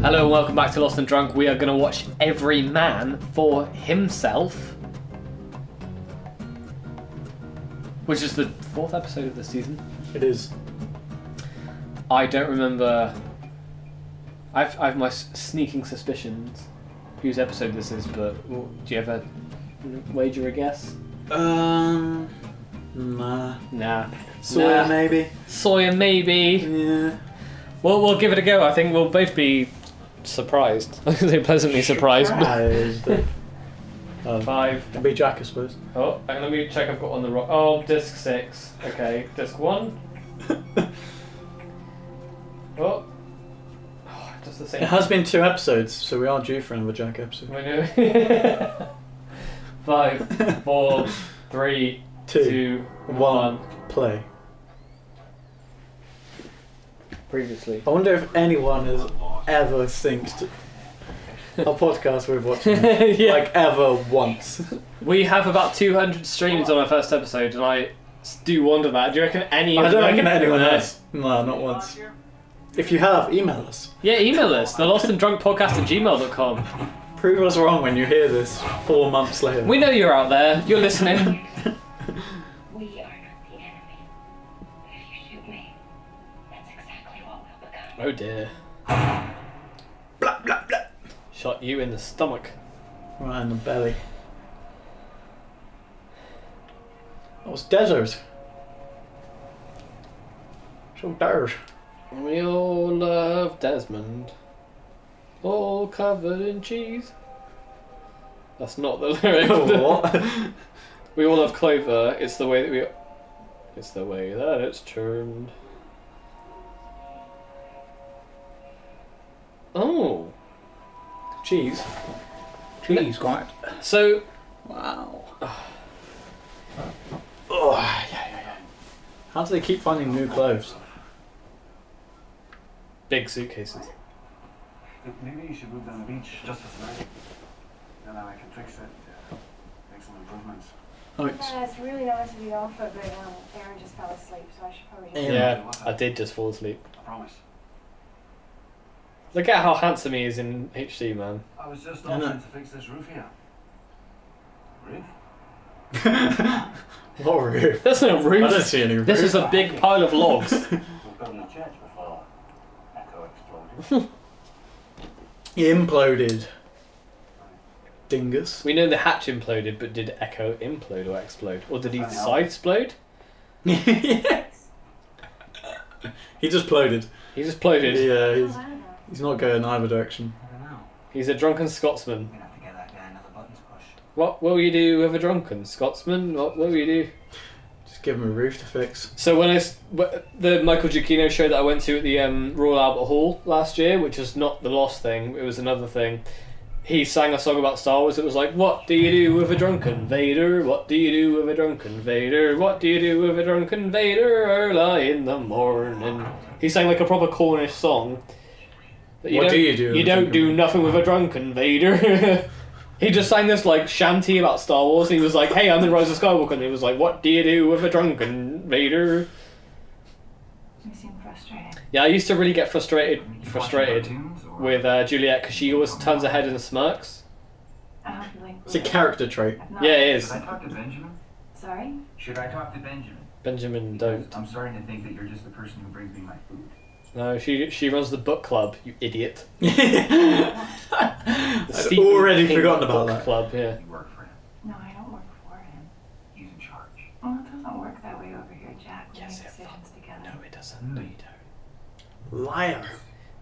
Hello and welcome back to Lost and Drunk. We are going to watch Every Man for Himself, which is the fourth episode of the season. It is. I don't remember. I've I've my s- sneaking suspicions whose episode this is, but w- do you ever wager a guess? Um. Nah. Nah. Sawyer Nah. maybe. Sawyer maybe. Yeah. Well, we'll give it a go. I think we'll both be surprised. I was going to say pleasantly surprised. but- Surprised. um, Five. it'd be Jack, I suppose. Oh, hang on, let me check I've got on the rock. Oh, disc six. Okay, disc one. Oh. oh just the same. It has been two episodes, so we are due for another Jack episode. We do- Five, four, three, Two. two, One. Play. Previously. I wonder if anyone has ever synced a podcast we've watched. yeah. Like ever once. we have about 200 streams on our first episode, and I s- do wonder that. Do you reckon any I of don't them- reckon anyone No. else. No, not once. If you have, email us. Yeah, email us, the lost and drunk podcast at gmail.com. Prove us wrong when you hear this four months later. We know you're out there, you're listening. We are not the enemy. But if you shoot me, that's exactly what we'll become. Oh dear. Shot you in the stomach. Right in the belly. That was desert. So desert. We all love Desmond. All covered in cheese. That's not the lyric. Oh, what? we all love clover. It's the way that we. It's the way that it's turned. Oh. Cheese. Cheese, quite. So, Wow. Oh, yeah, yeah, yeah. How do they keep finding new clothes? big suitcases. Maybe you should move down the beach just for tonight. And then I can fix it, uh, make some improvements. Oh, it's Yeah, it's really nice of you to offer, but um, Aaron just fell asleep, so I should probably. Yeah. Yeah, I did just fall asleep. I promise. Look at how handsome he is in HD, man. I was just I know. offering to fix this roof here. Roof? what roof? There's no I roof. don't see any roof. This is a big pile of logs. We've got in the church before. Echo exploded. He imploded. Dingus. we know the hatch imploded, but did Echo implode or explode? Or did he Wow. side explode? yes. He just ploded. He just ploded. Yeah, Oh, he's, I don't know. he's not going either direction. I don't know. He's a drunken Scotsman. I'm gonna have to get that guy another buttons push. What will you do with a drunken Scotsman? What will you do? Just give him a roof to fix. So when I s- w- the Michael Giacchino show that I went to at the um, Royal Albert Hall last year, which was not the Lost thing, it was another thing. He sang a song about Star Wars. It was like, "What do you do with a drunken Vader? What do you do with a drunken Vader? What do you do with a drunken Vader early in the morning?" He sang like a proper Cornish song. But What don't- do you do with You a don't drunken do Vader? nothing with a drunken Vader. He just sang this like shanty about Star Wars. He was like, "Hey, I'm the Rise of Skywalker," and he was like, "What do you do with a drunken Vader?" You seem frustrated. Yeah, I used to really get frustrated, You watching frustrated cartoons or- with uh, Juliet because she always turns her head and smirks. I hope you like. It's a character trait. I've not- Yeah, it is. Should I talk to Benjamin? Sorry. Should I talk to Benjamin? Benjamin don't. I'm starting to think that you're just the person who brings me my food. No, she she runs the book club. You idiot. The I'd Stephen already King forgotten about book that. Club, yeah. You work for him. No, I don't work for him. He's in charge. Well, it doesn't work that way over here, Jack. We Yes, make it decisions together. No, it doesn't. No, you don't. Liar.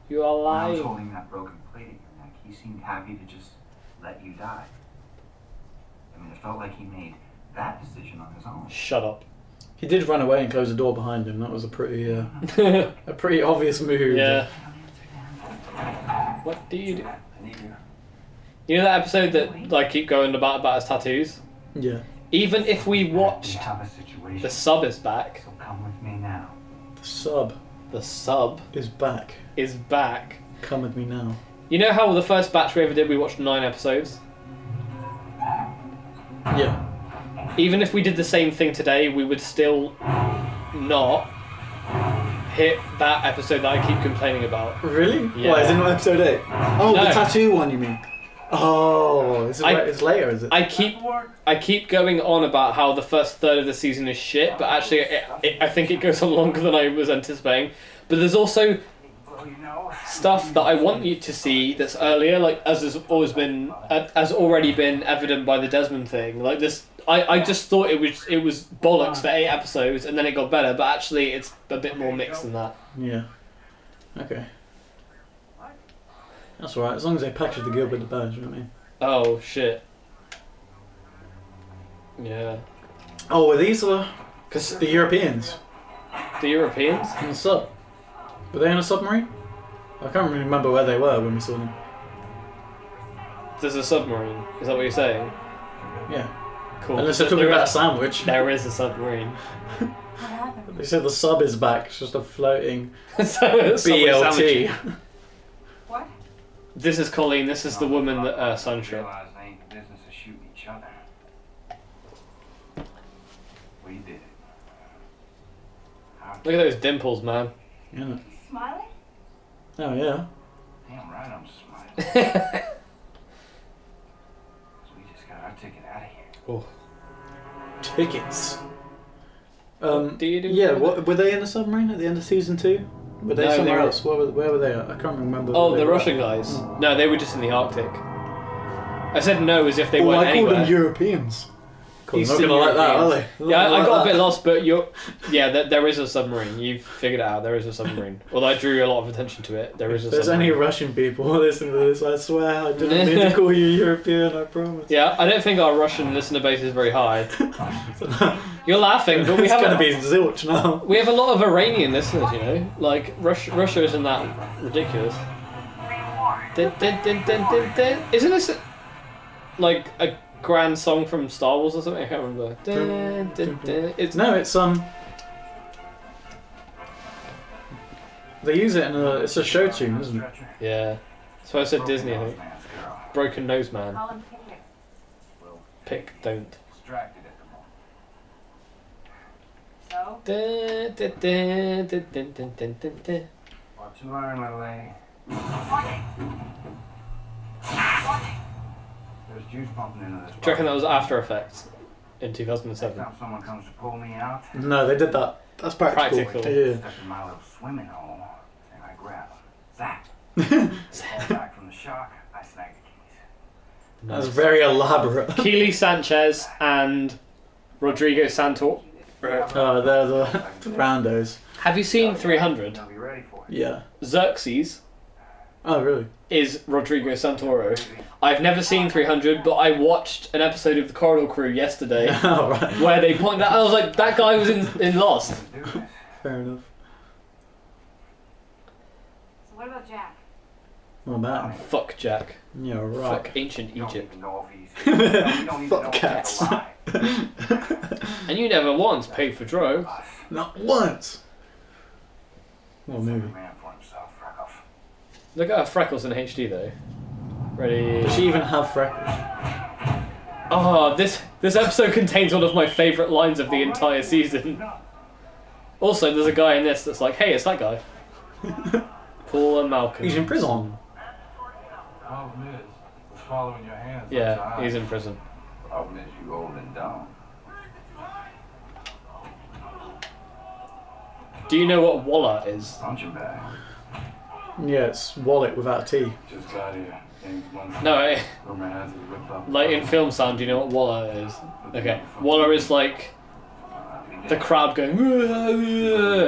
You are When I was lying. holding that broken plate at your neck, he seemed happy to just let you die. I mean, it felt like he made that decision on his own. Shut up. He did run away and close the door behind him. That was a pretty, uh, a pretty obvious move. yeah. I don't answer them. What do you do? I need you. You know that episode that I keep going about about his tattoos. Yeah. Even if we We watched have a situation. the sub is back, so come with me now. The sub the sub is back. is back. Come with me now. You know how the first batch we ever did, we watched nine episodes. Yeah. even if we did the same thing today, we would still not hit that episode that I keep complaining about. Really? Yeah. Why? Is it not episode 8? Oh, the No. tattoo one, you mean? Oh, this is I- where- it's later, is it? I keep I keep going on about how the first third of the season is shit, but actually, it, it, I think it goes on longer than I was anticipating. But there's also Well, you know. stuff that I want you to see that's earlier, like as has always been, uh, has already been evident by the Desmond thing. Like this, I, I just thought it was it was bollocks for eight episodes, and then it got better. But actually, it's a bit more mixed than that. yeah. Okay. That's alright, as long as they package the Gilbert the Badge, you know what I mean? Oh shit. Yeah, Oh, are these the, because the Europeans? the Europeans. On the sub? Were they on a submarine? I can't really remember where they were when we saw them. There's a submarine. Is that what you're saying? Yeah. Cool. Unless they're talking There about a is- sandwich. There is a submarine. What happened? They said the sub is back, it's just a floating so, BLT. What? This is Colleen. This is the woman that uh, Sun shot. Realize they ain't the business of shooting each other. We did it. How Look at those dimples, man. Yeah. Smiling? Oh, yeah. damn right I'm smiling. 'Cause we just got our ticket out of here. Tickets. Um, Do you do- yeah, what, were they in the submarine at the end of season two? Were they No, they somewhere were- else? Where were, where were they at? I can't remember. Oh, where the they were. Russian guys. No, they were just in the Arctic. I said no as if they Oh, weren't I called anywhere. them Europeans. Cool, He's not still gonna like that, are they? Europeans. They're yeah, not I, I gonna got a like bit that. lost, but you're. Yeah, there, there is a submarine. You've figured it out. There is a submarine. Although I drew a lot of attention to it. There is a If there's any submarine. Russian people listening to this, I swear I didn't mean to call you European. I promise. yeah, I don't think our Russian listener base is very high. You're laughing, but we it's have gonna a, be zilch now. we have a lot of Iranian listeners, you know. Like Rush, Russia isn't that ridiculous. Dun, dun, dun, dun, dun, dun. Isn't this a, like a grand song from Star Wars or something? I can't remember. Dun, dun, dun. It's No, it's um. They use it in a. It's a show tune, isn't it? Stretcher. yeah. So I said Disney. I think. Man's girl. Broken Nose Man. Colin Pickett. Well, Pick don't. distracted at the moment. So? Dun, dun, dun, dun, dun, dun, dun, dun, dun. Well, two iron my leg. There's juice pumping into this. Do you reckon that bottle. was After Effects in 2007? Next time someone comes to pull me out, No, they did that. That's practical. Practical. Yeah. step in my little swimming hole, and I grab him. Zach. Fall back from the shock, I snag the keys. That's very elaborate. Keely Sanchez and Rodrigo Santor. Oh, they're the, the randos. Have you seen 300? Now be ready for it. Yeah. Xerxes Oh, really? is Rodrigo Santoro. I've never seen 300, but I watched an episode of The Corridor Crew yesterday oh, right. where they pointed out. I was like, that guy was in, in Lost. Do this. Fair enough. So what about Jack? Well, that. Fuck Jack. Yeah, right. Fuck ancient You don't Egypt. even know if he's you don't even Fuck know if he's cats. alive. And you never once paid for drugs. Us. Not once. Well, Every maybe. man for himself, fuck off. Look at her freckles in HD though. Ready? Does she even have freckles? Oh, this this episode contains one of my favourite lines of the entire season. No. Also, there's a guy in this that's like, hey, it's that guy. Paul and Malcolm. He's in prison. Problem is, it's Oh, following your hands. Yeah, he's in prison. Problem is, Oh, you old and dumb. Do you know what Waller is? Punch him back. Yeah, it's wallet without a T. Just got here. And one No, I- Roman has his whip up. like in film sound, do you know what Waller is? Okay, Waller is like the crowd going, "Whoa,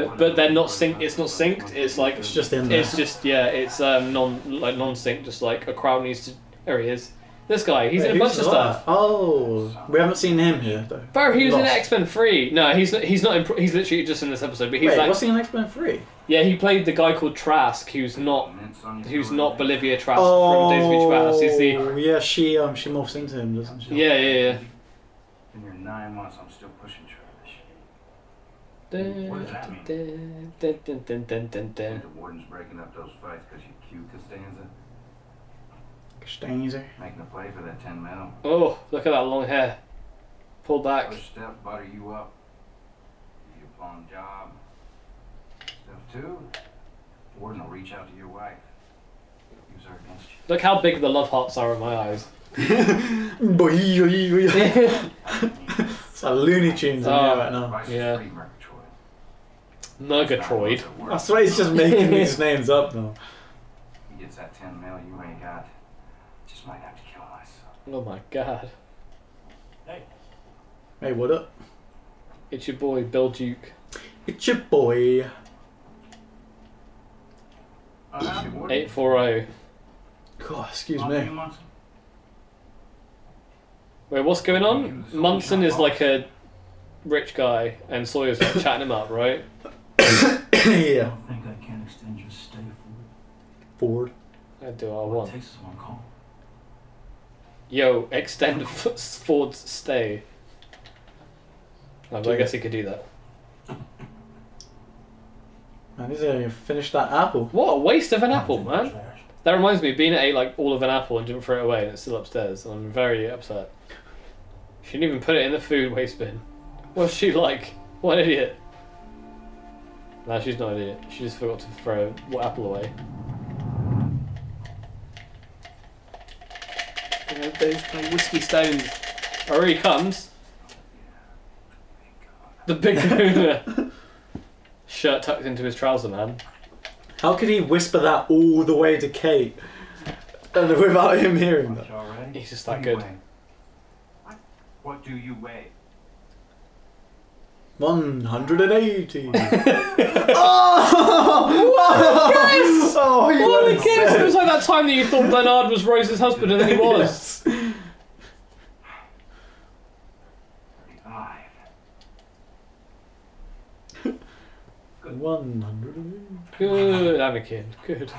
whoa," but they're not synced. It's not synced. It's like It's just in there. it's just yeah. It's um non like non synced. Just like a crowd needs to. There he is. This guy. He's in a Who's bunch of that? stuff. Oh, we haven't seen him here though. Bro, he was in Lost. X Men Three. No, he's not, he's not. In, he's literally just in this episode. But he's Wait, like, what's he in X Men Three? yeah, he played the guy called Trask, who's not who's not Bolivia Trask from Days of Future Past. He's the yeah, she um she morphs into him, doesn't she? yeah yeah yeah. In your nine months, I'm still pushing Travis. What does that mean? Dun-dun-dun-dun-dun-dun-dun. The warden's breaking up those fights because you cute Costanza, Stanzer. making a play for that ten medal. Oh, look at that long hair. Pull back. First step, butter you up. You pawn job. Step too. Warden will reach out to your wife. Use her against you. Look how big the love hearts are in my eyes. Boy, yo, yo, yo. it's like Looney Tunes in Oh. here right now. Vice Yeah. is free Murgatroyd. Murgatroyd. Not worth I swear he's just making these names up now. He gets that 10 mil you ain't got. Just might have to kill myself. Oh my god. Hey, what up? It's your boy, Bill Duke. It's your boy. Oh, that'd be worth it. 840. God, excuse I'll be me. amongst- Wait, what's going on? Munson is like a rich guy, and Sawyer's like chatting him up, right? yeah. I think I can extend your stay for it. Bored. I do what I want. takes is one call. Yo, extend F- Ford's stay. Oh, but I guess he could do that. Man, he's gonna finish that apple. What a waste of an apple, man. That reminds me, Bina ate like all of an apple and didn't throw it away, and it's still upstairs. And I'm very upset. She didn't even put it in the food waste bin. What's she like? What an idiot. Nah, she's not an idiot. She just forgot to throw what apple away. You know, those kind of whiskey stones. Oh, here he comes. The big kahuna. Shirt tucked into his trouser, man. How could he whisper that all the way to Kate? And without him hearing that. Much already? He's just that What do you good. weigh? What? What do you weigh? 180. oh! Yes! Oh, you Well, I went guess it was like that time that you thought Bernard was Rose's husband, and then he was. Yes. 35. 180. Good, Anakin. Good.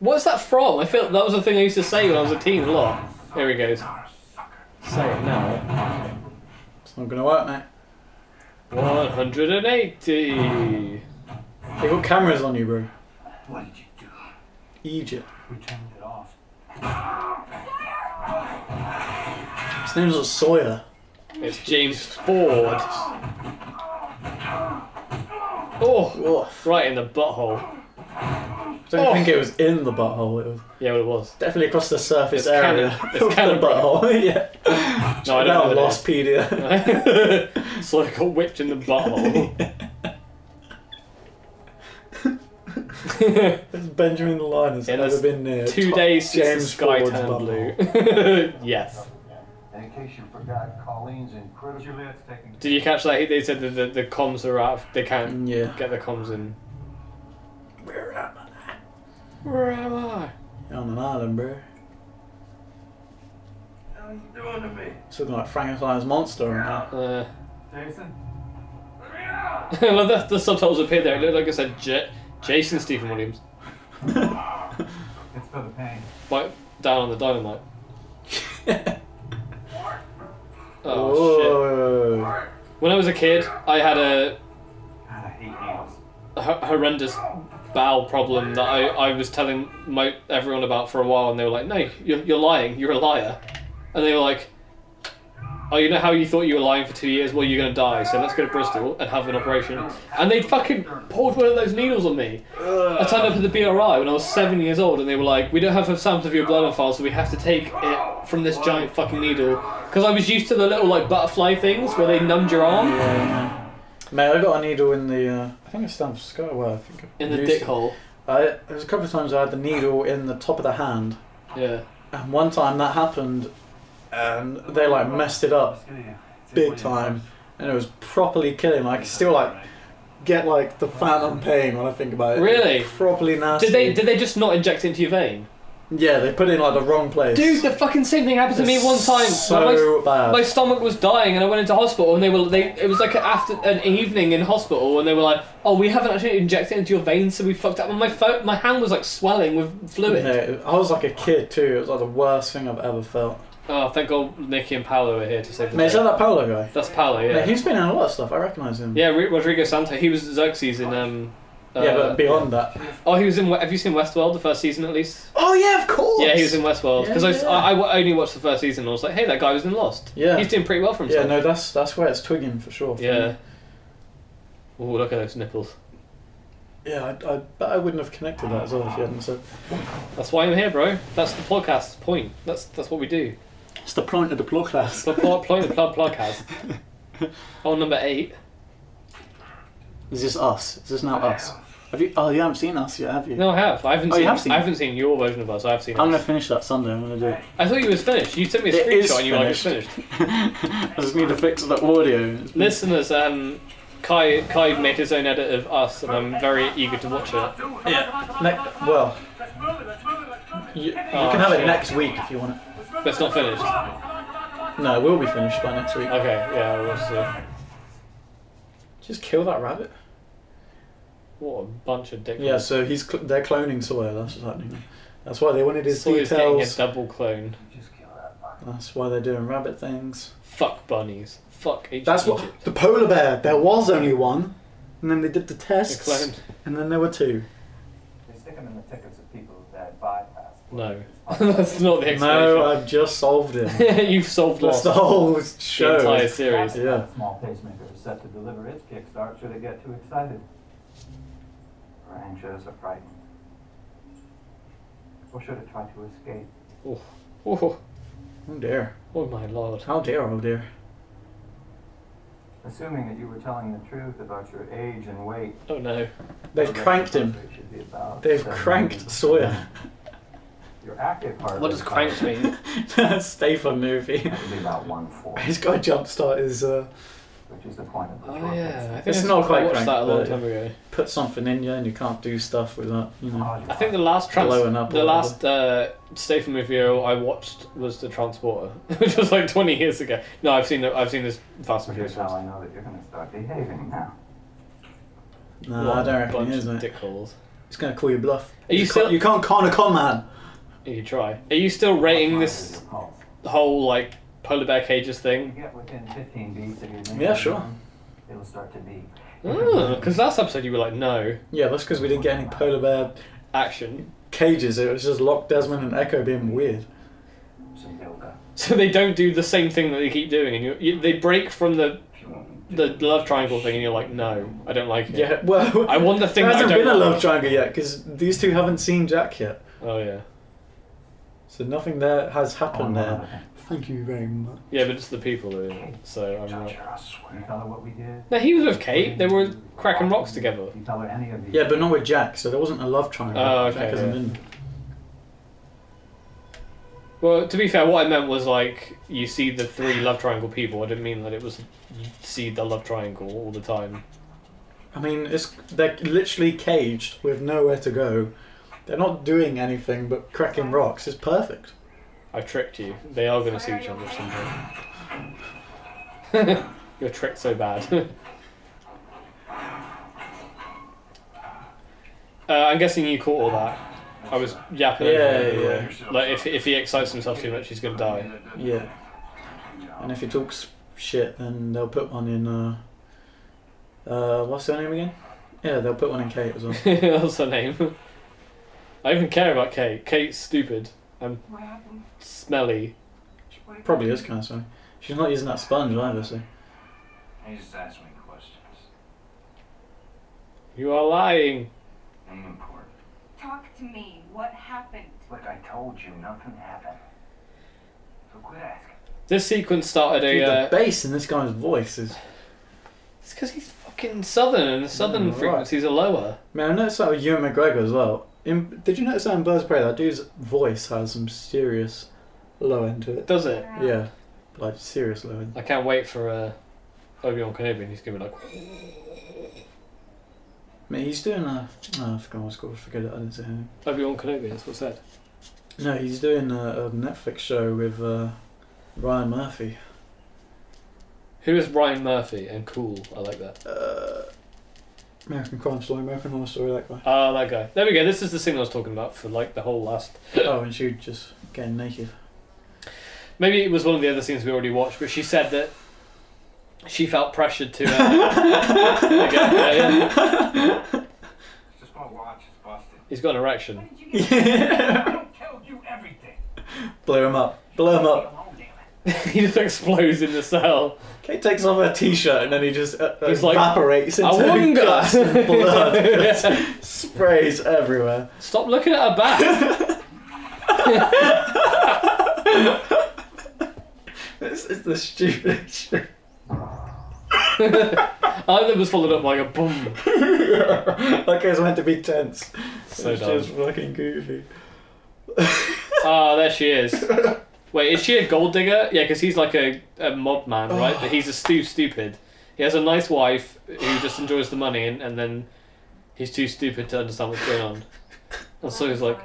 What's that from? I feel that was a thing I used to say when I was a teen a lot. Here he goes. You're a sucker. Say it now. It's not gonna work, mate. 180. They got cameras on you, bro. What did you do? Egypt. We turned it off. His name's not Sawyer. It's James Ford. Oh, Woof. right in the butthole. I don't Oh. think it was in the butthole. It was Yeah, well, it was. definitely across the surface It's area cannon- it's of cannon the butthole. yeah. No, I Now don't know. lost Pedia. so I got whipped in the butthole. Benjamin Linus And ever that's been near Two Top days since the James sky Ford's turned blue. butthole. yes. And in case you forgot, Colleen's in critical. Your lid's taking. Did you catch that? They said that the, the comms are out. They can't Yeah. get the comms in. Where am I? Where am I? On an island, bro. What are you doing to me? Something like Frankenstein's monster. Yeah. Uh, Jason? I love that the subtitles appeared there. It looked like I said J- Jason Stephen Williams. It's for the pain. Bite down on the dynamite. Oh, shit. oh, When I was a kid, I had a God, I hate needles. h- horrendous bowel problem that I, I was telling my everyone about for a while, and they were like, "No, you're, you're lying. You're a liar," and they were like, "Oh, you know how you thought you were lying for two years? Well, you're gonna die. So let's go to Bristol and have an operation." And they fucking poured one of those needles on me. I turned up at the BRI when I was seven years old, and they were like, "We don't have a sample of your blood on file, so we have to take it from this giant fucking needle." Because I was used to the little like butterfly things where they numbed your arm yeah. Mate, I got a needle in the. Uh, I think it's down for Sky. Well, I think I in the used dick it. hole. I, there was a couple of times I had the needle in the top of the hand, Yeah. and one time that happened, and they like messed it up Let's get you. It's big important. time, and it was properly killing. I can still like get like the phantom pain when I think about it. Really? Properly nasty. Did they did they just not inject it into your vein? Yeah, they put it in like the wrong place. Dude, the fucking same thing happened to me It's one time. So my, bad. my stomach was dying, and I went into hospital, and they were they. It was like a- after an evening in hospital, and they were like, "Oh, we haven't actually injected it into your veins, so we fucked up." And my fo- my hand was like swelling with fluid. Mate, I was like a kid too. It was like the worst thing I've ever felt. Oh, thank God, Nikki and Paolo are here to save the Mate, is day. that that Paolo guy? That's Paolo, yeah. Mate, he's been in a lot of stuff. I recognise him. yeah, Ro- Rodrigo Santo. He was Xerxes in um. uh, yeah, but beyond that. Oh, he was in. Have you seen Westworld? The first season, at least. Oh yeah, of course. Yeah, he was in Westworld because I, s- Yeah. I- I w- only watched the first season. and I was like, hey, that guy was in Lost. Yeah. he's doing pretty well for Yeah, himself. no, that's that's where it's twigging for sure. for Yeah. me. Oh, look at those nipples. Yeah, I, I, but I wouldn't have connected that as well if you hadn't said. That's why I'm here, bro. That's the podcast's point. That's that's what we do. It's the point of the plug class. Plug, plug, plug the plug podcast. On number eight. Is this us? Is this now us? Have you? Oh, you haven't seen us yet, have you? No, I have. I haven't Oh, you seen. have seen I it? haven't seen your version of us. I've seen. I'm us. gonna finish that Sunday. I'm gonna do it. I thought you was finished. You sent me a It is screenshot and you were like, it's finished. finished. I just need to fix the audio. Listeners, um, Kai Kai made his own edit of us, and I'm very eager to watch it. Yeah. well, you, you can have Oh, shit. it next week if you want it. But it's not finished. No, we'll be finished by next week. Okay, yeah, we'll see. Just kill that rabbit. What a bunch of dick. Yeah, so he's cl- they're cloning Sawyer. That's what's happening. That's why they wanted his So he's getting a details. double clone. Just kill that fucker. That's why they're doing rabbit things. Fuck bunnies. Fuck Egypt. That's what the polar bear. There was only one, and then they did the tests, cloned. and then there were two. They stick them in the tickets of people that bypass. No, that's not the No, explanation. I've just solved it. You've solved lost That's the whole show. the entire series. Yeah. Small pacemaker is set to deliver its kickstart should it get too excited. Ranchers are frightened. Or should it try to escape? Oh, Oh dear. oh my lord. How dare, oh dear. Assuming that you were telling the truth about your age and weight. Oh no. They've cranked him. It should be about They've seven cranked years. Sawyer. Your active part. What does cranked mean? Stefan movie. That would be about one fourth, He's got to jumpstart his, uh, which is the point of the Oh short yeah, I pacemaker. think It's I not quite watched cranked, that a long but- time ago. put something in you and you can't do stuff without, you know. I think the last trans- Blowing up the or whatever. last uh, Stephen Review I watched was the Transporter, which was like twenty years ago. No, I've seen I've seen this Fast and Here's Furious. how films. I know that you're going to start behaving now. No, What I a don't reckon bunch he is, of mate. dickholes. He's going to call you bluff. Are you can't, still- you can't con a con man. You try. Are you still rating this whole like polar bear cages You thing? get within 15 beats of your name, Yeah, sure. It'll start to be. Hmm. Because last episode you were like, no Yeah, that's because we didn't get any polar bear action, cages. It was just Lock, Desmond, and Echo being weird. Some yoga. so they don't do the same thing that they keep doing, and you, you they break from the the love triangle thing, and you're like, no, I don't like it. Yeah, well, I want the thing there that I hasn't don't been a like. love triangle yet because these two haven't seen Jack yet. Oh yeah. So nothing there has happened Oh, there. Thank you very much. Yeah, but it's the people that are in it, so I'm not. Judge her, I swear. You tell her what we did. No, he was with Kate. They were cracking rocks together. You tell her any of these. Yeah, but not with Jack, so there wasn't a love triangle. Oh, okay, Jack hasn't yeah. been. Well, to be fair, what I meant was like you see the three love triangle people. I didn't mean that it was you see the love triangle all the time. I mean, it's they're literally caged with nowhere to go. They're not doing anything but cracking rocks. It's perfect. I tricked you. They are going to see each other at some point. You're tricked so bad. uh, I'm guessing you caught all that. I was yapping. Yeah, over it. yeah, Like if if he excites himself too much, he's going to die. yeah. And if he talks shit, then they'll put one in. Uh, uh, what's her name again? Yeah, they'll put one in Kate as well. That's her name. I don't even care about Kate. Kate's stupid, What happened? smelly. What did- Probably is kind of sorry. She's not using that sponge either, so. He just asked me questions. You are lying. Ain't important. Talk to me. What happened? Look, I told you nothing happened. So quit asking. This sequence started Dude, a. the Uh, bass in this guy's voice is. it's because he's fucking southern, and the southern Mm, right. frequencies are lower. Man, I noticed that with Ewan McGregor as well. In, did you notice that in Birds of Prey? That dude's voice has some serious low end to it. Does it? Yeah, like serious low end. I can't wait for uh, Obi Wan Kenobi, and he's gonna be like, Mate, he's doing a. Oh, I forgot what it's called. Forget it. I didn't say anything. Obi Wan Kenobi. That's what's said. No, he's doing a, a Netflix show with uh, Ryan Murphy. Who is Ryan Murphy? And cool. I like that. Uh, American Crime Story, American Horror Story, that guy. Ah, that guy. There we go. This is the scene I was talking about for like the whole last. oh, and she just getting naked. Maybe it was one of the other scenes we already watched, but she said that she felt pressured to. Uh, Okay, yeah, yeah. It's just my watch is busted. He's got an erection. What did you get? I don't tell you everything. Blow him up. Blow him Leave me up. alone, damn it. he just explodes in the cell. Kate takes off her t-shirt and then he just uh, He's like, evaporates into "Awunga!" guts and blood. Yeah. Sprays everywhere. Stop looking at her back. This is the stupidest shit. I think it was followed up by a boom. like it was meant to be tense. So it's dumb. just fucking goofy. Ah, there she is. Wait, is she a gold digger? Yeah, because he's like a, a mob man, right? Oh. But he's a stu stupid. He has a nice wife who just enjoys the money, and, and then he's too stupid to understand what's going on. And so he's like,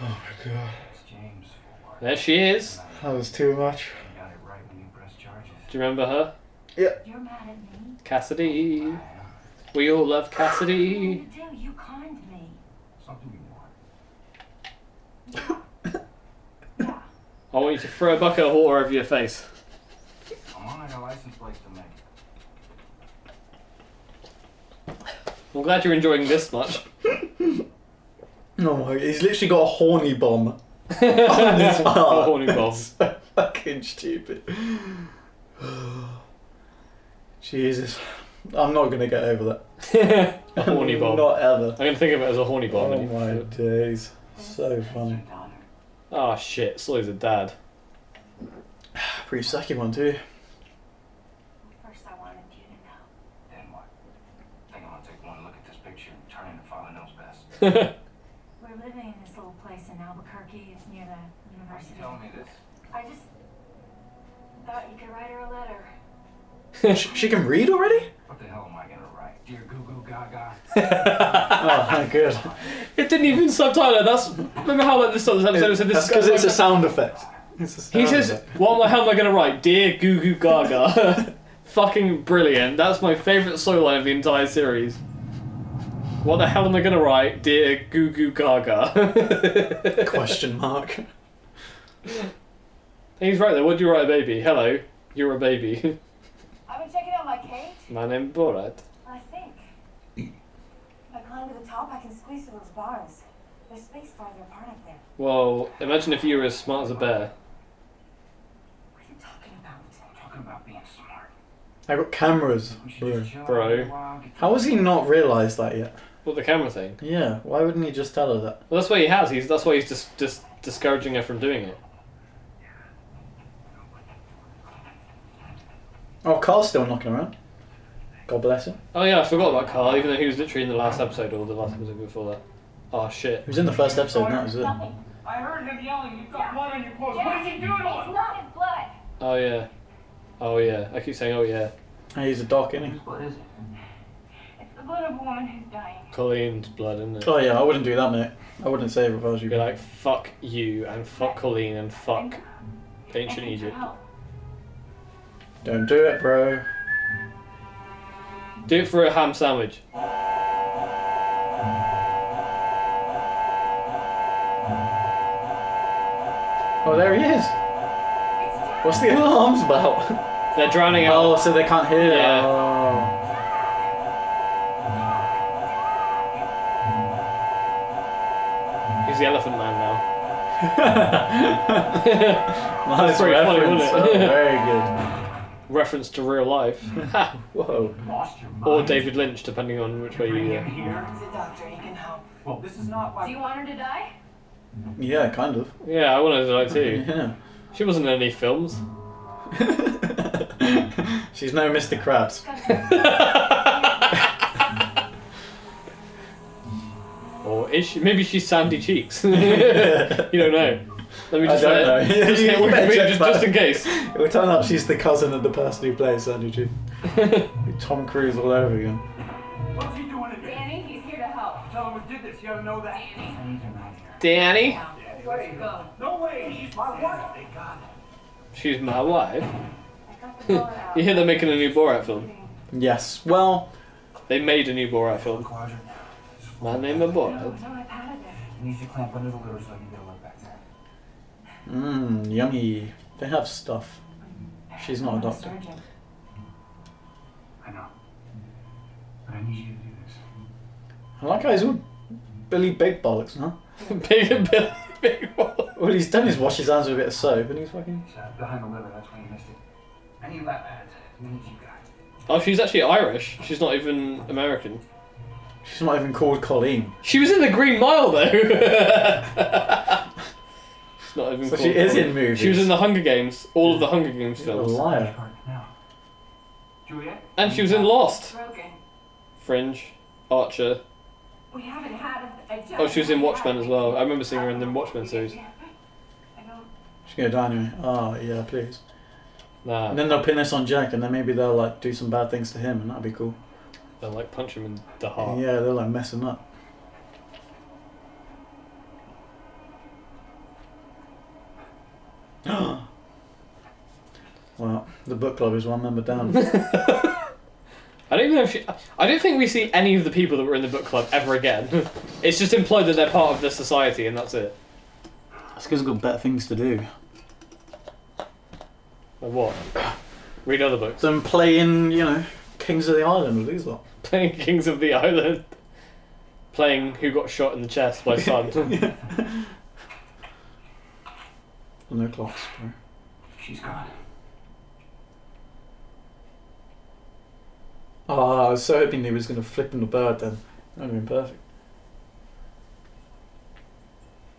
Oh my god. It's James for what? there she is. That was too much. You got it right when you pressed charges. Do you remember her? You're mad at me? Cassidy. We all love Cassidy. You do. You conned me. Something you want. I want you to throw a bucket of water over your face. I'm on a license plate to make. I'm glad you're enjoying this much. No, my- he's literally got a horny bomb on his A heart. horny bomb. It's so fucking stupid. Jesus, I'm not gonna get over that. a horny bomb. Not ever. I'm gonna think of it as a horny bomb. Oh and you- my days, so funny. Your daughter. Ah, shit, Sully's a dad. Pretty sucky one too. First, I wanted you to know. Then what? I think I'm gonna take one look at this picture and turn it into father knows best. We're living in this little place in Albuquerque. It's near the Why are you university. telling me this? I just thought you could write her a letter. She, she can read already? What the hell am I gonna write? Dear Goo Goo Gaga. Oh my god. It didn't even subtitle. it, That's remember how like this other episode it said this That's is because gonna- it's a sound effect. It's a He sound says, effect. "What am I, how am I going to write, dear Goo Goo Gaga?" Fucking brilliant. That's my favourite solo line of the entire series. What the hell am I going to write, dear Goo Goo Gaga? question mark. He's right there. What do you write, a baby? Hello, you're a baby. I've been checking out my cage. My name Borat. I think. If I climb to the top, I can squeeze through those bars. There's space farther apart up there. Well, imagine if you were as smart as a bear. What are you talking I'm about? talking about being smart. I got cameras. We should Bro. just chill out Bro. for a while, get How has he not realised that yet? What the camera thing? Yeah, why wouldn't he just tell her that? Well, that's what he has. He's that's why he's just just discouraging her from doing it. Oh, Carl's still knocking around. God bless him. Oh yeah, I forgot about Carl. Even though he was literally in the last episode or the last episode before that. Oh shit. He was in the first episode, and that was it. I heard him yelling, you've got blood on your clothes. What did you do to It's him? not in blood. Oh yeah. Oh yeah. I keep saying oh yeah. Hey, he's a doc, isn't he? What is it? It's the blood of a woman who's dying. Colleen's blood, isn't it? Oh yeah, I wouldn't do that, mate. I wouldn't say if I was you. You'd be like, fuck you, and fuck Colleen, and fuck ancient Egypt. Don't do it, bro. Do it for a ham sandwich. Oh, there he is. What's the alarms about? They're drowning out. Oh, so they can't hear. Yeah. Oh. He's the elephant man now. Nice pretty funny, reference. wasn't it? Oh, very good. Reference to real life. Whoa. Lost your mind. or David Lynch, depending on which way you Bring him go. here. He's a doctor. He can help. Well, this is not Do why. you want her to die? Yeah, kind of. Yeah, I wanted to die too. Yeah. She wasn't in any films. She's no Mr. Krabs. Or is she? Maybe she's Sandy Cheeks. you don't know. Let me I just don't let- know. just, You hit Wikipedia better check just, that. just in case. It would turn out she's the cousin of the person who plays Sandy Cheek. Tom Cruise all over again. What's he doing again? Danny, he's here to help. Tell him we did this. You don't know that. Please, you're not here. Danny? Let's go. No way. She's my wife. They got it. She's my wife. I got the blood out. You hear they're making a new Borat film. Yes. Well, They made a new Borat film. Quadrant. My name is Borat. No, I've had it. You need to clamp under the litter so I can get a look back there. mmm, yummy. They have stuff. She's not a doctor. Surgeon. I know. But I need you to do this. I like how he's all Billy Big Bollocks, huh? big, big, big one. All he's done is wash his hands with a bit of soap and he's fucking. It's uh, behind the liver, that's when you missed it. I need lap pads. We need you guys. Oh, she's actually Irish. She's not even American. She's not even called Colleen. She was in the Green Mile though. she's not even. So called she is Colleen. in movies. She was in the Hunger Games, all of the Hunger Games You're a films, liar. Now. Juliet? and she was in Lost, Broken. Fringe, Archer. We haven't had a, a Oh, she was in Watchmen as well. I remember seeing her in the Watchmen series. I don't. She's gonna die anyway. Oh yeah, please. Nah, And then they'll pin this on Jack, and then maybe they'll like do some bad things to him, and that'd be cool. they'll like punch him in the heart. Yeah, they'll like mess him up. well, the book club is one member down. I don't even know if she. I don't think we see any of the people that were in the book club ever again. it's just implied that they're part of the society, and that's it. That's because I've got better things to do Like what? Read other books. than playing, you know, Kings of the Island with these lot. Playing Kings of the Island. Playing Who Got Shot in the Chest by Sun. No clocks, bro. She's gone. Oh, I was so hoping he was going to flip him the bird then. That would have been perfect.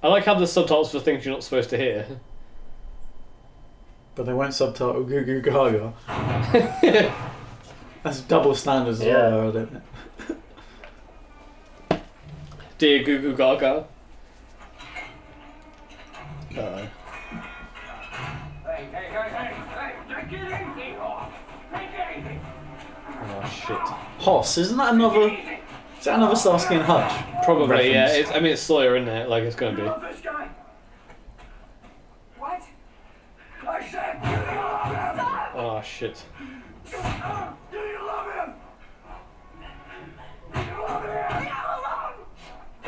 I like how the subtitles for things you're not supposed to hear. But they won't subtitle Goo Goo Gaga. That's double standards as Yeah. well, though, isn't it? Dear Goo Goo Gaga. Uh, Hey, hey, hey, hey, hey! Take it easy! Oh, take it easy! Oh shit. Hoss, isn't that another? Is that another Starsky and Hutch? Probably, yeah. Reference. It's, I mean, it's Sawyer, isn't it? Like, it's gonna You be. love this guy? What? I said, do you love him? Oh shit. Do you love him? Do you love him? Leave him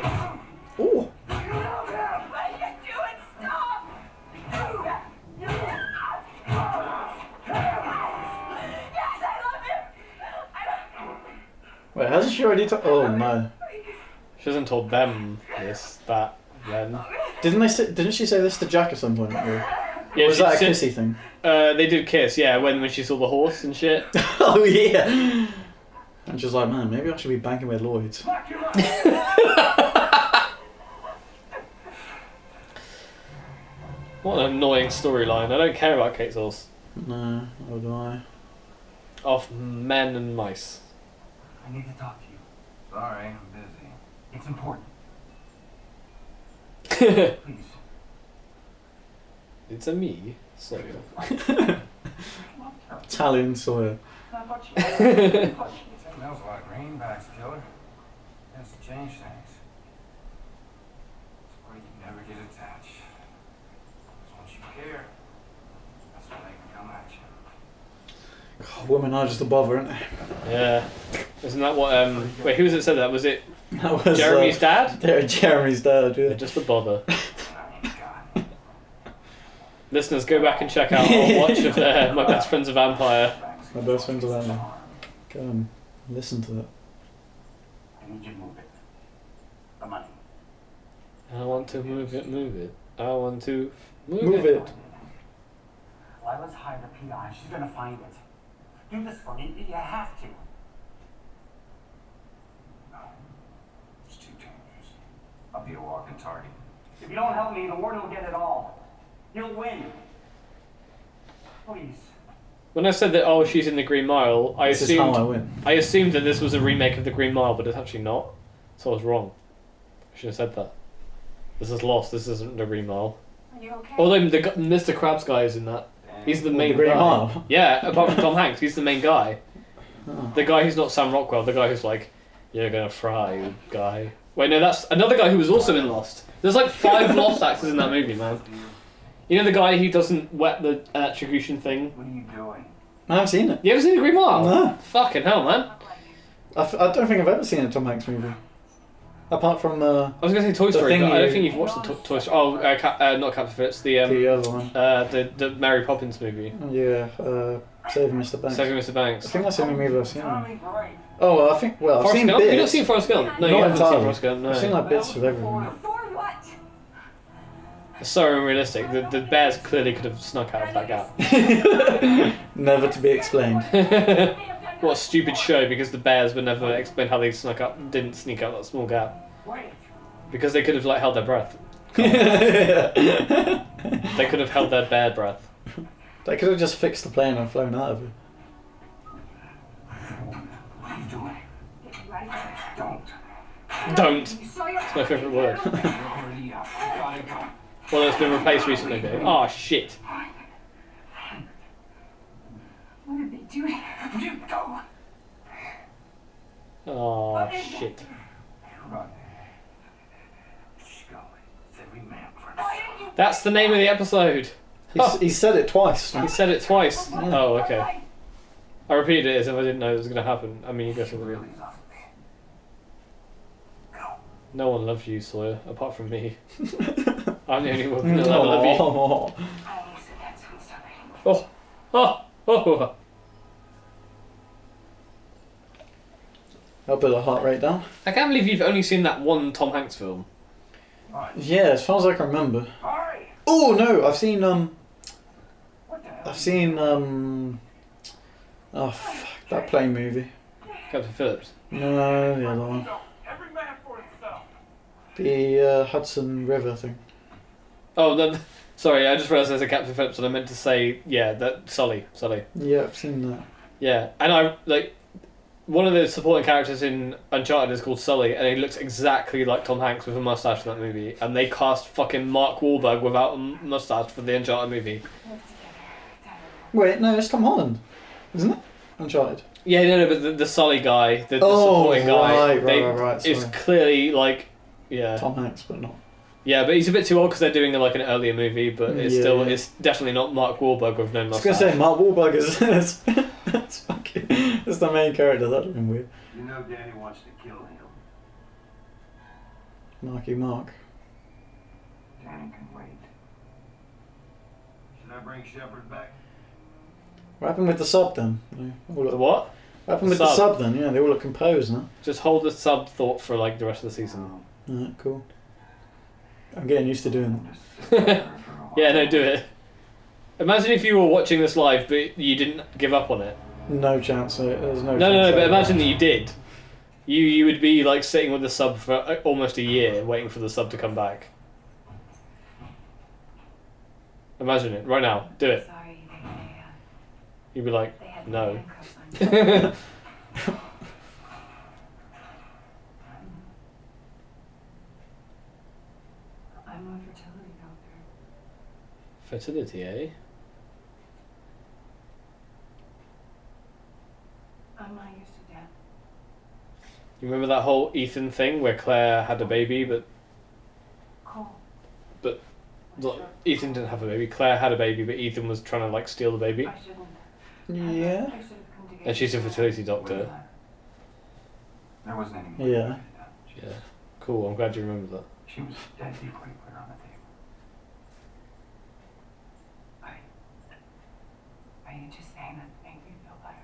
alone! Ooh, Do you love him? What are you doing? Stop! You love him! Yes, I love him. I love wait, hasn't she already? Ta- oh no! She hasn't told them this, that, then. Didn't they? Say, didn't she say this to Jack at some point? Or Yeah, was she that a said- kissy thing? Uh, they do kiss, yeah. When when she saw the horse and shit. oh yeah. And she's like, man, maybe I should be banking with Lloyd's. Fuck you up! What an annoying storyline. I don't care about Kate's horse. No, or do I? Of men and mice. I need to talk to you. Sorry, I'm busy. It's important. Please. It's a me, Sawyer. Italian uh, Sawyer. I thought she I thought she It smells like greenbacks, killer. Has to change things. It's where you never get attached. Because once you care, that's when they can come at you. God, women are just a bother, aren't they? Yeah. Isn't that what? Um, wait, who was it said that? Was it That was uh, Jeremy's dad? They're Jeremy's dad, yeah. Just a bother. I ain't got it. Listeners, go back and check out our watch of uh, My Best Friend's a Vampire. My best friend's a landlord. Go and listen to that. I need you to move it. The money. I want to move it, move it. I want to move, Move it. Lila's hired a PI. She's gonna find it. Do this for me. You have to. No. It's too dangerous. I'll be a walking target. If you don't help me, the warden will get it all. You'll win. Please. When I said that, oh, she's in the Green Mile, I This is assumed how I win. I assumed that this was a remake of the Green Mile, but it's actually not. So I was wrong. I should have said that. This is lost. This isn't the Green Mile. him. Are you okay? Although the gu- Mr. Krabs guy is in that. He's the What, main the Green guy. Mile? Yeah, apart from Tom Hanks, he's the main guy. The guy who's not Sam Rockwell, the guy who's like, you're gonna fry, you guy. Wait, no, that's another guy who was also in Lost. There's like five Lost actors in that movie, man. You know the guy who doesn't wet the electrocution thing? What are you doing? No, I've seen it. You ever seen The Green Mile? No. Fucking hell, man. I, f- I don't think I've ever seen a Tom Hanks movie. Apart from uh, I was gonna say Toy Story, thing but I don't you- think you've watched the to- Toy Story. Oh, uh, Cap- uh, not Captain Phillips, the, um, the other one. uh, the, the Mary Poppins movie. Yeah, uh, Saving Mr. Banks. Saving Mr. I Banks. think that's the only movie I've seen. Tommy, great. Oh, well, I think, well, I've Forrest seen Gump? You've not bits. seen Forrest Gump? No, Not you haven't seen entirely. Forrest Gump, no. I've seen like bits of everything. For what? It's so unrealistic. The, the bears clearly could have snuck out of that Never to be explained. gap. what a stupid show because the bears were never explained how they snuck up, didn't sneak out that small gap. Wait. Because they could have like held their breath. They they could have held their bear breath. could have just fixed the plane and flown out of it. What are you doing? Get right. Don't. Don't. You saw your It's my favourite word. You're already up. You gotta go. Well, it's been replaced recently. Though. Oh shit. What did they do? You go. Oh shit. Run. She's going. It's every man for himself. That's the name of the episode. He, Oh. s he said it twice. He said it twice. Oh okay. I repeated it as if I didn't know it was going to happen. I mean, you guys are real. Really love me. Go. No one loves you, Sawyer, apart from me. I'm the only Mm. one that loves you. I almost said that, so I'm Oh, sorry. Oh, oh, oh. That'll put the heart rate down. I can't believe you've only seen that one Tom Hanks film. Yeah, as far as I can remember. Hurry. Oh no, I've seen um, What the hell? I've seen um, oh fuck that plane movie. Captain Phillips. No, the other one, So, every man for himself. the uh, Hudson River thing. Oh, no, sorry, I just realised there's a Captain Phillips, and I meant to say, yeah, that Sully, Sully. Yeah, I've seen that. Yeah, and I like one of the supporting characters in Uncharted is called Sully, and he looks exactly like Tom Hanks with a mustache in that movie. And they cast fucking Mark Wahlberg without a m- mustache for the Uncharted movie. Live together. Tyler. Wait, no, it's Tom Holland, isn't it? Uncharted. Yeah, no, no, but the, the Sully guy, the, the Oh, supporting guy, right, right, they, right, right, it's sorry. clearly like, yeah, Tom Hanks, but not. yeah, but he's a bit too old because they're doing like an earlier movie, but it's Yeah, still yeah. it's definitely not Mark Wahlberg with no I was mustache. gonna say Mark Wahlberg is. is- It's fucking. It's the main character. That'd have been weird. You know Danny wants to kill him. Marky Mark. Danny can wait. Should I bring Shepard back? What happened with the sub then? They all The look- what? What happened with the Sub. sub then? Yeah, they all look composed now. Just hold the sub thought for like the rest of the season. Alright, cool. I'm getting used to doing Just sit there for a while. Yeah, no, do it. Imagine if you were watching this live, but you didn't give up on it. that. No chance. uh, There's no. No, no, chance no. But I'd- imagine that you did. You you would be like sitting with the sub for uh, almost a year, waiting for the sub to come back. Imagine it right now. Do it. Sorry, they, they, uh, You'd be like, they had the no. handcuffs on. I'm a fertility doctor. Fertility, eh? I'm not used to death. You remember that whole Ethan thing where Claire had a baby, but Cole. But- like, Ethan didn't have a baby. Claire had a baby, but Ethan was trying to like steal the baby, I shouldn't. Yeah. I should have come together. and she's a fertility doctor. There wasn't any. more Yeah. to be done. She- Yeah. Cool. I'm glad you remember that. She was dead before you put her on the table. Are, are you just saying that to make me feel better?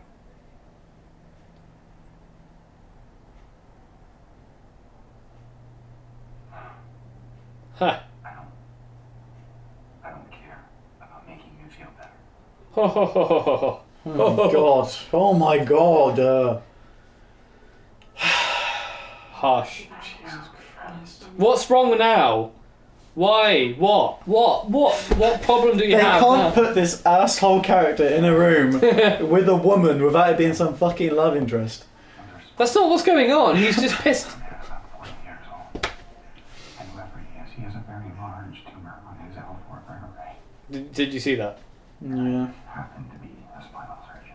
Ha. I don't. I don't care about making you feel better. Ho ho ho ho ho. ho. Oh my god. Oh my god. Uh, Harsh. Jesus Christ. What's wrong now? Why? What? What? What? What problem do you They have? now? can't put this asshole character in a room with a woman without it being some fucking love interest. That's not what's going on. He's just pissed. At about 40 years old, and whoever he is, he has a very large tumor on his L4 vertebrae. Did, did you see that? Yeah. Happened to be a spinal surgeon.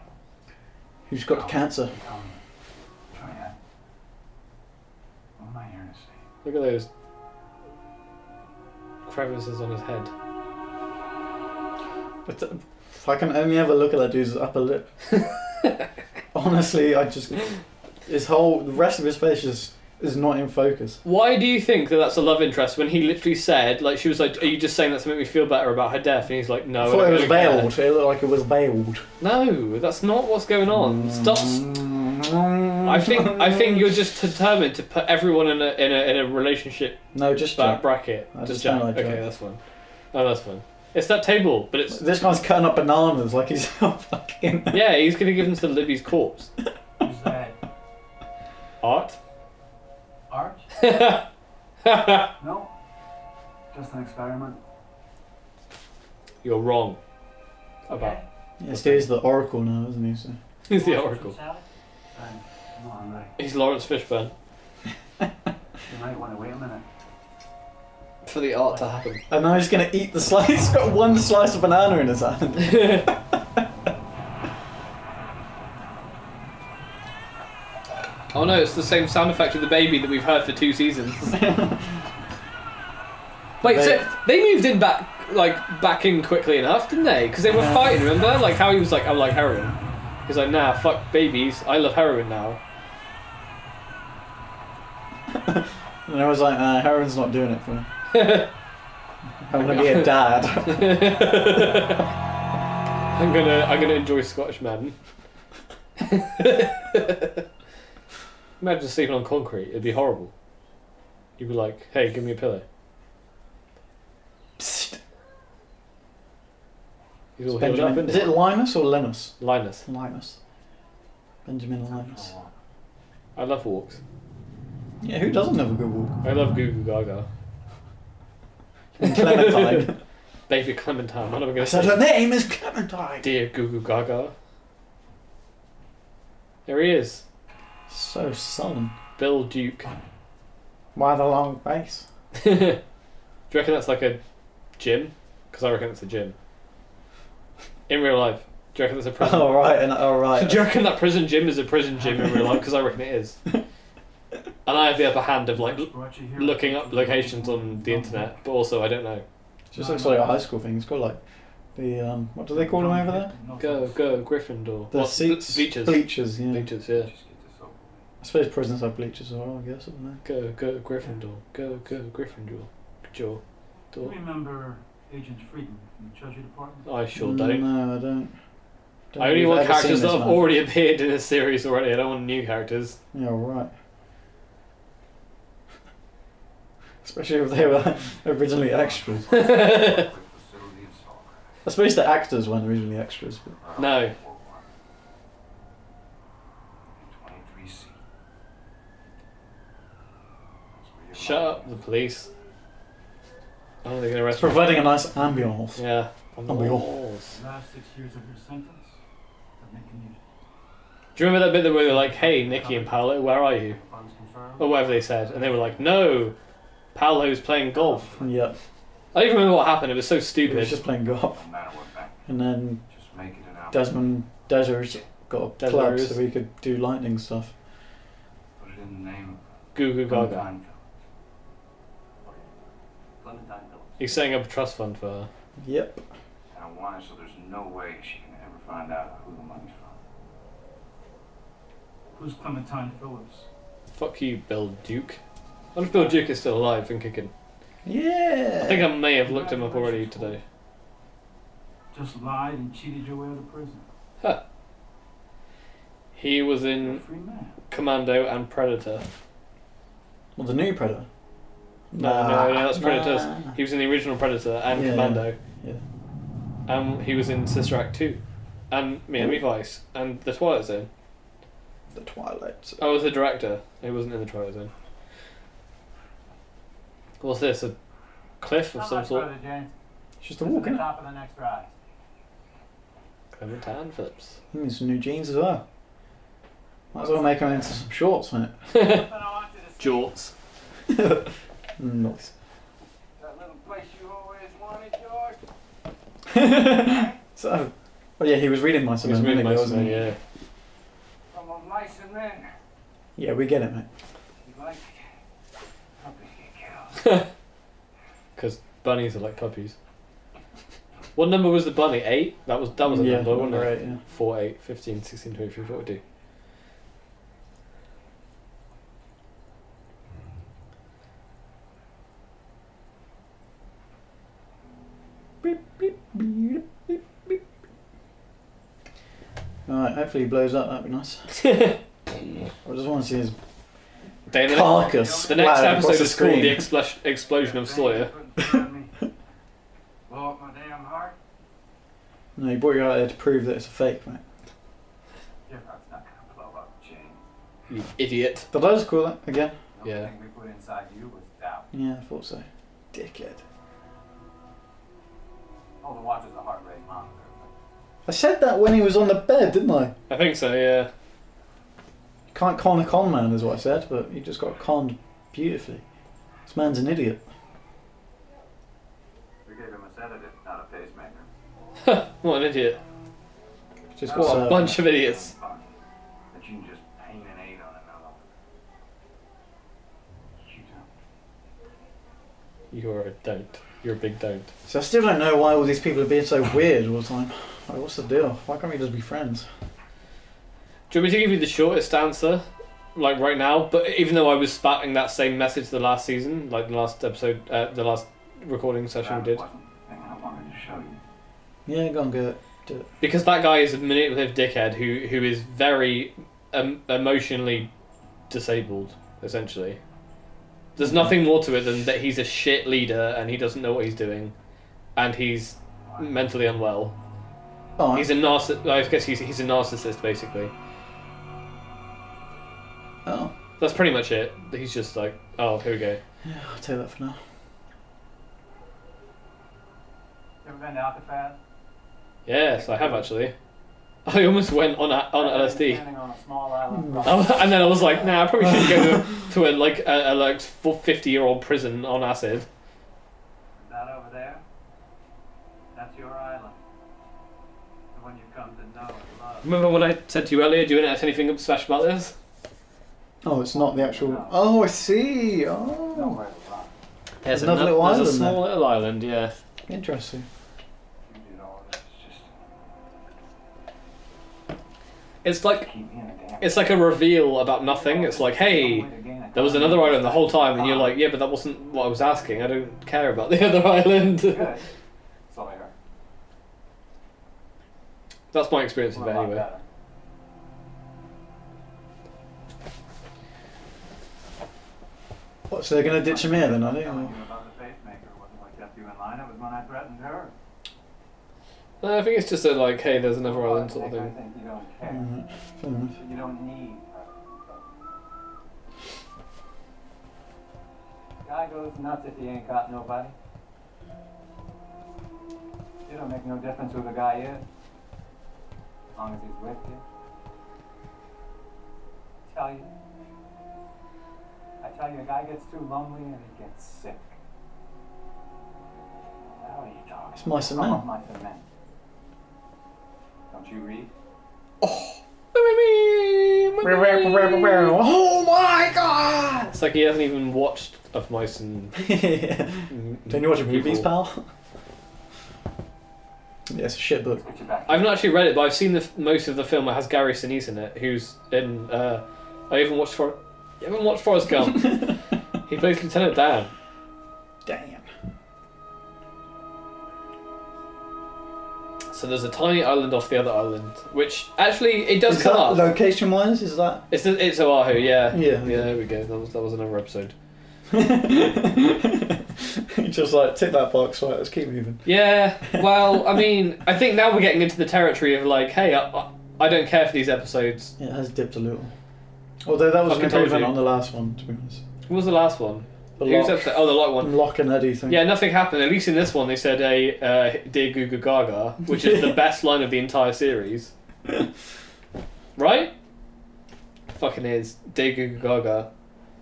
Who's Oh. got cancer? Tell me, Juliet, what am I here to say? Look at those crevices on his head. But, uh, if I can only ever look at that dude's upper lip. Honestly, I just his whole the rest of his face is is not in focus. Why do you think that that's a love interest when he literally said, like, she was like, "Are you just saying that to make me feel better about her death?" And he's like, "No." I don't thought it was really care." veiled. It looked like it was veiled. No, that's not what's going on. Stop. s- I I think I think you're just determined to put everyone in a in a in a relationship no, just That Jack. bracket. I Just just don't Jack. like okay, Jack. that's fine. Oh, that's fun. It's that table, but it's This guy's cutting up bananas like he's fucking. yeah. He's gonna give them to Libby's corpse. Who's that? Art. Art? No. Just an experiment. You're wrong. About Yeah, Steve's the oracle now, isn't he? So. he's the oracle. Um, no, I'm right. He's Lawrence Fishburne. You might want to wait a minute. For the art to happen. And now he's gonna eat the slice. He's got one slice of banana in his hand. Oh no, it's the same sound effect of the baby that we've heard for two seasons. Wait, so they moved in back, like back in quickly enough, didn't they? Because they were Yeah. fighting. Remember, like how he was like, "I'm like heroin." He's like, "Nah, fuck babies. I love heroin now." And I was like, uh, Heron's not doing it for me. I'm gonna be a dad. I'm gonna, I'm gonna enjoy Scottish men. Imagine sleeping on concrete. It'd be horrible. You'd be like, "Hey, give me a pillow." Psst. He's all healed up, Benjamin. isn't he? Is it Linus or Linus? Linus. Linus. Benjamin Linus. I love walks. Yeah, who doesn't have a good walk? I love Goo Goo Gaga. Clementine. Baby Clementine. What am I going to so her say? name is Clementine. Dear Goo Goo Gaga. There he is. So sullen. Bill Duke. Why the long face? Do you reckon that's like a gym? Because I reckon it's a gym. In real life. Do you reckon that's a prison? All right, and all Oh, right. Do you reckon that prison gym is a prison gym in real life? Because I reckon it is. And I have the upper hand of like l- Brought you here. looking up locations on the internet, but also I don't know. Just looks like a high school thing. It's got like the um, what do they call them over there? Go, go, Gryffindor. The What, seats. Bleachers. Bleachers. Yeah. Bleachers, yeah. Just get this over with. I suppose prisons have bleachers as well. I guess. I don't know. Go, go, Gryffindor. Go, go, Gryffindor. Jaw. You Door. remember Agent Frieden from the Treasury Department? I sure no, don't. No, I don't. Mm, Don't I only think want I've ever seen characters that this have one. already appeared in this series already. I don't want new characters. Yeah, right. Especially if they were originally extras. no. Quick facility and salt crack. I suppose the actors weren't originally extras, but Four one. Twenty-three C. That's where you're Shut locked. up, the police. Oh, they're going to arrest me. providing a nice ambience. Yeah. On the Oh, we all- walls. The last six years of your sentence have making you Do you remember that bit that where they were like, hey, Nikki and Paolo, where are you? Funds confirmed. Or whatever they said. And they were like, no, Paolo's playing golf. Yeah, I don't even remember what happened. It was so he was stupid. just playing golf, No matter what bank, and then just make it an hour. Desmond Deser's got a club, Deser's. so he could do lightning stuff. Put it in the name Goo Goo of Gaga. Clementine Clementine Phillips. He's setting up a trust fund for her. Yep. And I want it so there's no way she can ever find out who the money's from. Who's Clementine Phillips? Fuck you, Bill Duke. What if Bill Duke is still alive and kicking? Yeah. I think I may have looked him up already today. Just lied and cheated your way out of prison. He was You're a in free man. Commando and Predator. Well, the new Predator. No, no, no, that's Predators. He was in the original Predator and Yeah, Commando. yeah, And he was in Sister Act 2. And Miami Vice. And The Twilight Zone. The Twilight. Zone. I was the director. He wasn't in The Twilight Zone. What's this? A cliff of some sort? James. It's just a walk, innit? top of the next rise. Clementine Phillips. He needs some new jeans as well. Might as well make him into some shorts, mate. Jorts. Nice. That little place you always wanted, George? So, well, yeah, he was reading my He was Simone really Vinegar, nice wasn't he? yeah. From of mice and men. Yeah, we get it, mate. You like it? Puppies get cows. Because bunnies are like puppies. What number was the bunny? Eight? That was that was a yeah, number, wasn't number it? eight, yeah. 4, 8, 15, 16, 23, 42. Alright, hopefully he blows up, that'd be nice. I just want to see his Dana, carcass the next splattered across episode the is called screen. The Explos- Explosion of Sawyer. Couldn't find me. No, he brought you out there to prove that it's a fake, mate. Your heart's not gonna blow up, Jane. You idiot. But that was cool, that, again. The only Yeah. thing we put inside you was doubt. Yeah, I thought so. Dickhead. Oh, the watch is a heart rate monitor. I said that when he was on the bed, didn't I? I think so, yeah. You can't con a con man, is what I said, but he just got conned beautifully. This man's an idiot. We gave him a sedative, not a pacemaker. What an idiot. Just What got a bunch of idiots. Fuck. That you can just paint an eight on another. You don't. You're a don't. You're a big don't. So I still don't know why all these people are being so weird all the time. Like, what's the deal? Why can't we just be friends? Do you want me to give you the shortest answer, like right now? But even though I was spouting that same message the last season, like the last episode, uh, the last recording session That we did, wasn't the thing I wanted to show you. Yeah, go on, go. because that guy is a manipulative dickhead who who is very um, emotionally disabled, essentially. There's nothing more to it than that he's a shit leader and he doesn't know what he's doing, and he's mentally unwell. Oh, He's a narciss. I guess he's he's a narcissist basically. oh. That's pretty much it. He's just like, oh, here we go. Yeah, I'll take that for now. You ever been to Alcatraz? Yes, I have actually. I almost went on a, on LSD, Standing on a small island. I was- and then I was like, "Nah, I probably shouldn't go to, to a like a, a like fifty year old prison on acid." That over there? That's your island. The one you come to know and love. Remember what I said to you earlier? Do you want to add anything special about this? Oh, it's not the actual. Oh, I see. Oh, Nowhere to run. There's Another ano- little There's a island there. small little island, yeah. interesting. You did all this just It's like to keep me in a damn. it's like a reveal about nothing. It's like, hey, there was another island the whole time, and Uh-huh. you're like, yeah, but that wasn't what I was asking. I don't care about the other island. Good. That's all I heard. That's my experience of it Well, a lot anyway. better. What? So they're gonna ditch him here then? I don't Telling know. you about the pacemaker wasn't what kept you in line. It was when I threatened her. No, Uh, I think it's just a like, hey, there's another island sort of I thing. think you don't care. Alright, fair enough. You don't need. her. Guy goes nuts if he ain't got nobody. It don't make no difference who the guy is, as long as he's with you. Tell you. I tell you, a guy gets too lonely and he gets sick. How are you talking? It's my Some of cement. my cement. Don't you read? Oh my god! It's like he hasn't even watched of mice and Don't you watch movies, pal? Yeah, it's a shit book. Get you back. I've not actually read it, but I've seen the f- most of the film that has Gary Sinise in it, who's in. Uh, I even watched for. You haven't watched Forrest Gump. he plays Lieutenant Dan. Damn. So there's a tiny island off the other island, which actually it does Is come that up. location wise? Is that? It's it's Oahu, yeah. Yeah. Yeah, there we go. That was that was another episode. Just like tick that box. Right, let's keep moving. Yeah. Well, I mean, I think now we're getting into the territory of like, hey, I, I- I don't care for these episodes. Yeah, it has dipped a little. Although that was an Fucking told improvement you. on the last one, to be honest. What was the last one? The Whose lock, Mm-hmm. episode? Oh, the light one. lock and Eddie thing. Yeah, nothing happened. At least in this one, they said a uh, "Dear Goo Goo Gaga," which is the best line of the entire series. right? Fucking is "Dear Goo Goo Gaga."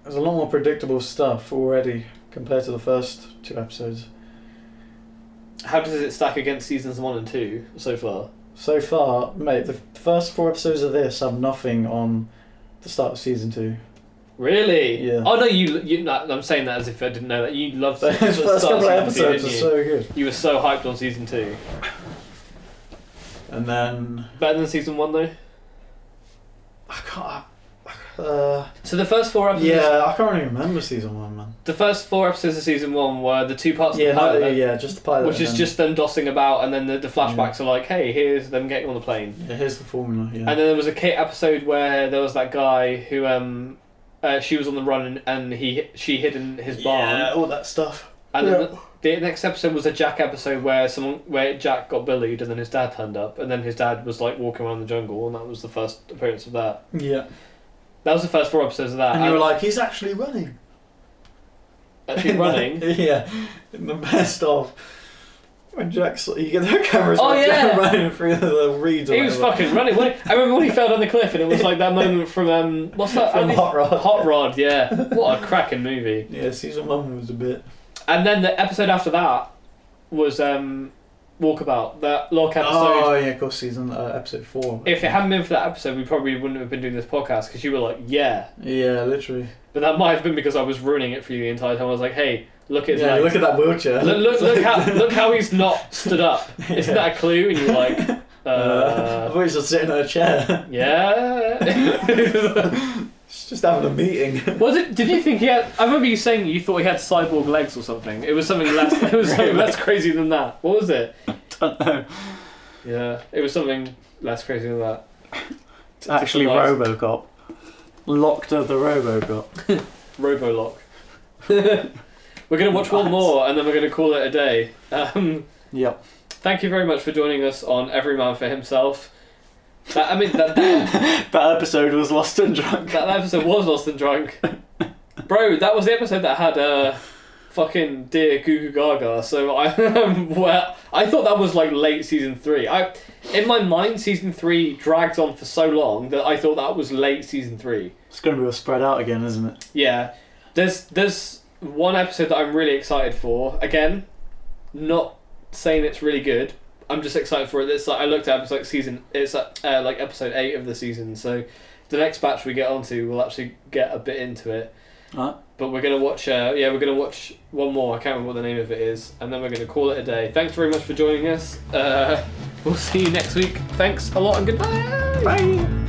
There's a lot more predictable stuff already compared to the first two episodes. How does it stack against seasons one and two so far? So far, mate, the first four episodes of this have nothing on the start of season two. Really? Yeah. Oh no, you you. no, I'm saying that as if I didn't know that you loved Those the start first of couple of season two, episodes are didn't you? so good. you were so hyped on season two. And then Better than season one though. I can't. Uh, So the first four episodes. yeah, I can't even remember season one, man. The first four episodes of season one were the two parts. Yeah, of the no, pilot, yeah, um, just the pilot. which and is then- just them dossing about, and then the, the flashbacks are like, "Hey, here's them getting on the plane." Yeah, here's the formula. Yeah. And then there was a Kate episode where there was that guy who, um, uh, she was on the run and, and he she hid in his barn. all that stuff. And then Yeah. the next episode was a Jack episode where someone where Jack got bullied and then his dad turned up and then his dad was like walking around the jungle and that was the first appearance of that. Yeah. That was the first four episodes of that. And you were like, he's actually running. actually running. yeah. The best of. When Jack's, you get their cameras Oh, like, yeah. running through the reeds. or He was whatever. fucking running. wasn't he? I remember when he fell down the cliff, and it was like that moment from um, what's that? From Hot Rod. Hot Rod, yeah. What a cracking movie! Yeah, season one was a bit. And then the episode after that was um, Walkabout, that lock episode. Oh yeah, of course, season uh, episode four. If it hadn't been for that episode, we probably wouldn't have been doing this podcast because you were like, "Yeah," yeah, literally. but that might have been because I was ruining it for you the entire time. I was like, "Hey, look at his Yeah, legs. look at that wheelchair. Look, look, look how look how he's not stood up. Isn't that a clue?" And you're like, uh, Uh, I thought he was just sitting in a chair. "Yeah." He's just having a meeting. Was it? Did you think he had? I remember you saying you thought he had cyborg legs or something. It was something less. It was something less crazy than that. What was it? don't know. Yeah, it was something less crazy than that. It's actually nice- Robocop. Locked of the Robocop. Robolock. we're gonna watch one more and then we're gonna call it a day. Um, Yep. thank you very much for joining us on Every Man for Himself. That, I mean, that, that That episode was Lost and Drunk. episode was lost and drunk, bro. That was the episode that had uh, fucking dear Goo Goo Gaga. So I, um, well, I thought that was like late season three. I, in my mind, season three dragged on for so long that I thought that was late season three. It's going to be all spread out again, isn't it? Yeah, there's there's one episode that I'm really excited for. Again, not saying it's really good. I'm just excited for it. It's like I looked at it, it's like season. It's like, uh, like episode eight of the season. So the next batch we get onto, we'll actually get a bit into it. Alright. But we're gonna watch. Uh, yeah, we're gonna watch one more. I can't remember what the name of it is, and then we're gonna call it a day. Thanks very much for joining us. Uh, we'll see you next week. Thanks a lot and goodbye. Bye.